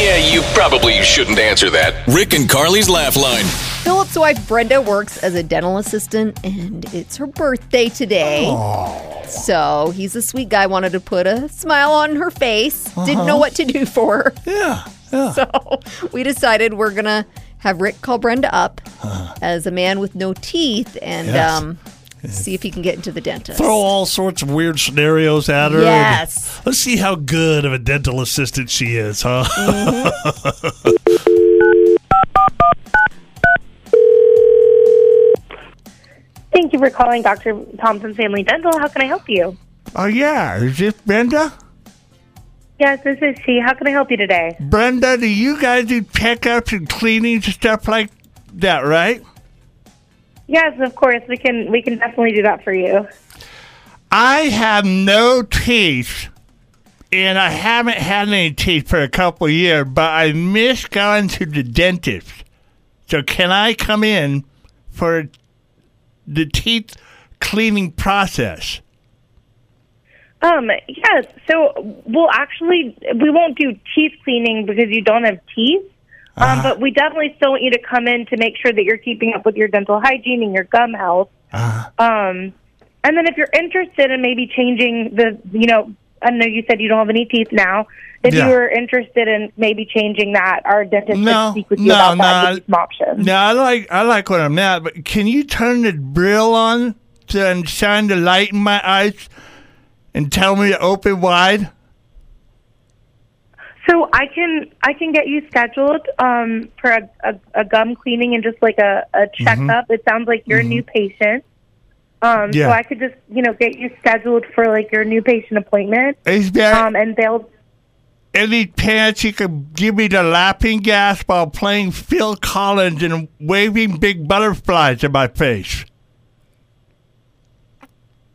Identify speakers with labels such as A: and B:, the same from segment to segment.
A: Yeah, you probably shouldn't answer that.
B: Rick and Carly's Laugh Line.
C: Philip's wife Brenda works as a dental assistant, and it's her birthday today. So he's a sweet guy, wanted to put a smile on her face, didn't
D: Uh-huh.
C: know what to do for her.
D: Yeah. Yeah.
C: So we decided we're going to have Rick call Brenda up as a man with no teeth and
D: Yes.
C: um, see if he can get into the dentist.
D: Throw all sorts of weird scenarios at her. and
C: Yes.
D: Let's see how good of a dental assistant she is, huh?
E: Thank you for calling Dr. Thompson Family Dental. How can I help you?
F: Oh yeah, is this Brenda?
E: Yes, this is she. How can I help you today?
F: Brenda, do you guys do checkups and cleanings and stuff like that, right?
E: Yes, of course. We can we can definitely do that for you.
F: I have no teeth, and I haven't had any teeth for a couple of years, but I miss going to the dentist. So can I come in for the teeth cleaning process?
E: Um, yes. So we'll actually we won't do teeth cleaning because you don't have teeth. Um,
F: Uh-huh.
E: but we definitely still want you to come in to make sure that you're keeping up with your dental hygiene and your gum health.
F: Uh-huh.
E: Um, and then if you're interested in maybe changing the, you know, I know you said you don't have any teeth now. If
F: Yeah.
E: you were interested in maybe changing that, our dentist
F: No,
E: could speak with you
F: no,
E: about that.
F: no.
E: and give you some options.
F: Now I like I like what I'm at, but can you turn the grill on so and shine the light in my eyes and tell me to open wide?
E: So I can I can get you scheduled um, for a, a, a gum cleaning and just like a, a checkup. It sounds like you're a new patient. Um,
F: Mm-hmm. Yeah.
E: So I could just you know get you scheduled for like your new patient appointment,
F: Is there
E: um, and they'll
F: any chance you could give me the lapping gas while playing Phil Collins and waving big butterflies in my face?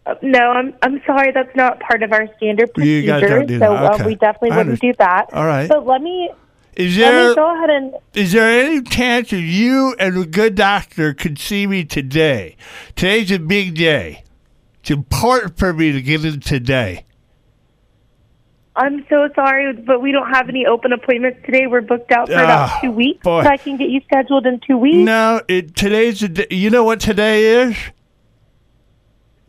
E: uh, no. I'm I'm sorry, that's not part of our standard
F: You guys
E: procedure.
F: don't do
E: so
F: that.
E: uh,
F: Okay.
E: we definitely
F: I
E: wouldn't
F: understand.
E: do that.
F: All right.
E: But let me
F: Is
E: let
F: there
E: me go ahead and
F: is there any chance that you and a good doctor could see me today? Today's a big day. It's important for me to get in today.
E: I'm so sorry, but we don't have any open appointments today. We're booked out for
F: Ah,
E: about two weeks,
F: boy.
E: so I can get you scheduled in two weeks.
F: No, it, today's the day. You know what today is?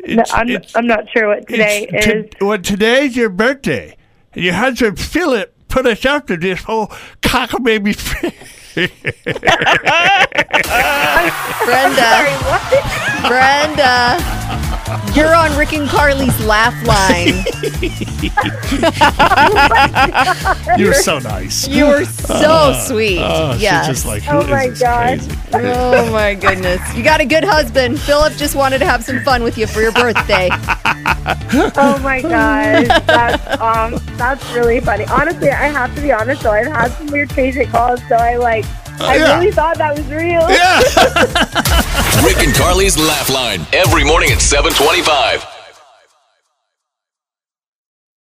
E: No,
F: It's-
E: I'm,
F: it's-
E: I'm not sure what today
F: it's
E: is.
F: to- well, today's your birthday. And Your husband Philip put us up to this whole cockamamie thing.
C: Brenda, Brenda, you're on Rick and Carly's laugh line.
D: You're so nice.
C: You were so sweet.
D: Oh, she's
C: yes.
D: just like,
E: Oh
D: who is
E: my
D: this
E: God.
D: crazy?
C: oh my goodness. You got a good husband. Philip just wanted to have some fun with you for your birthday.
E: Oh my gosh, that's um, that's really funny. Honestly, I have to be honest though. I've had some weird patient calls, so I like, I
F: yeah.
E: really thought that was real.
F: Yeah.
B: Rick and Carly's Laugh Line.
A: Every morning at 725.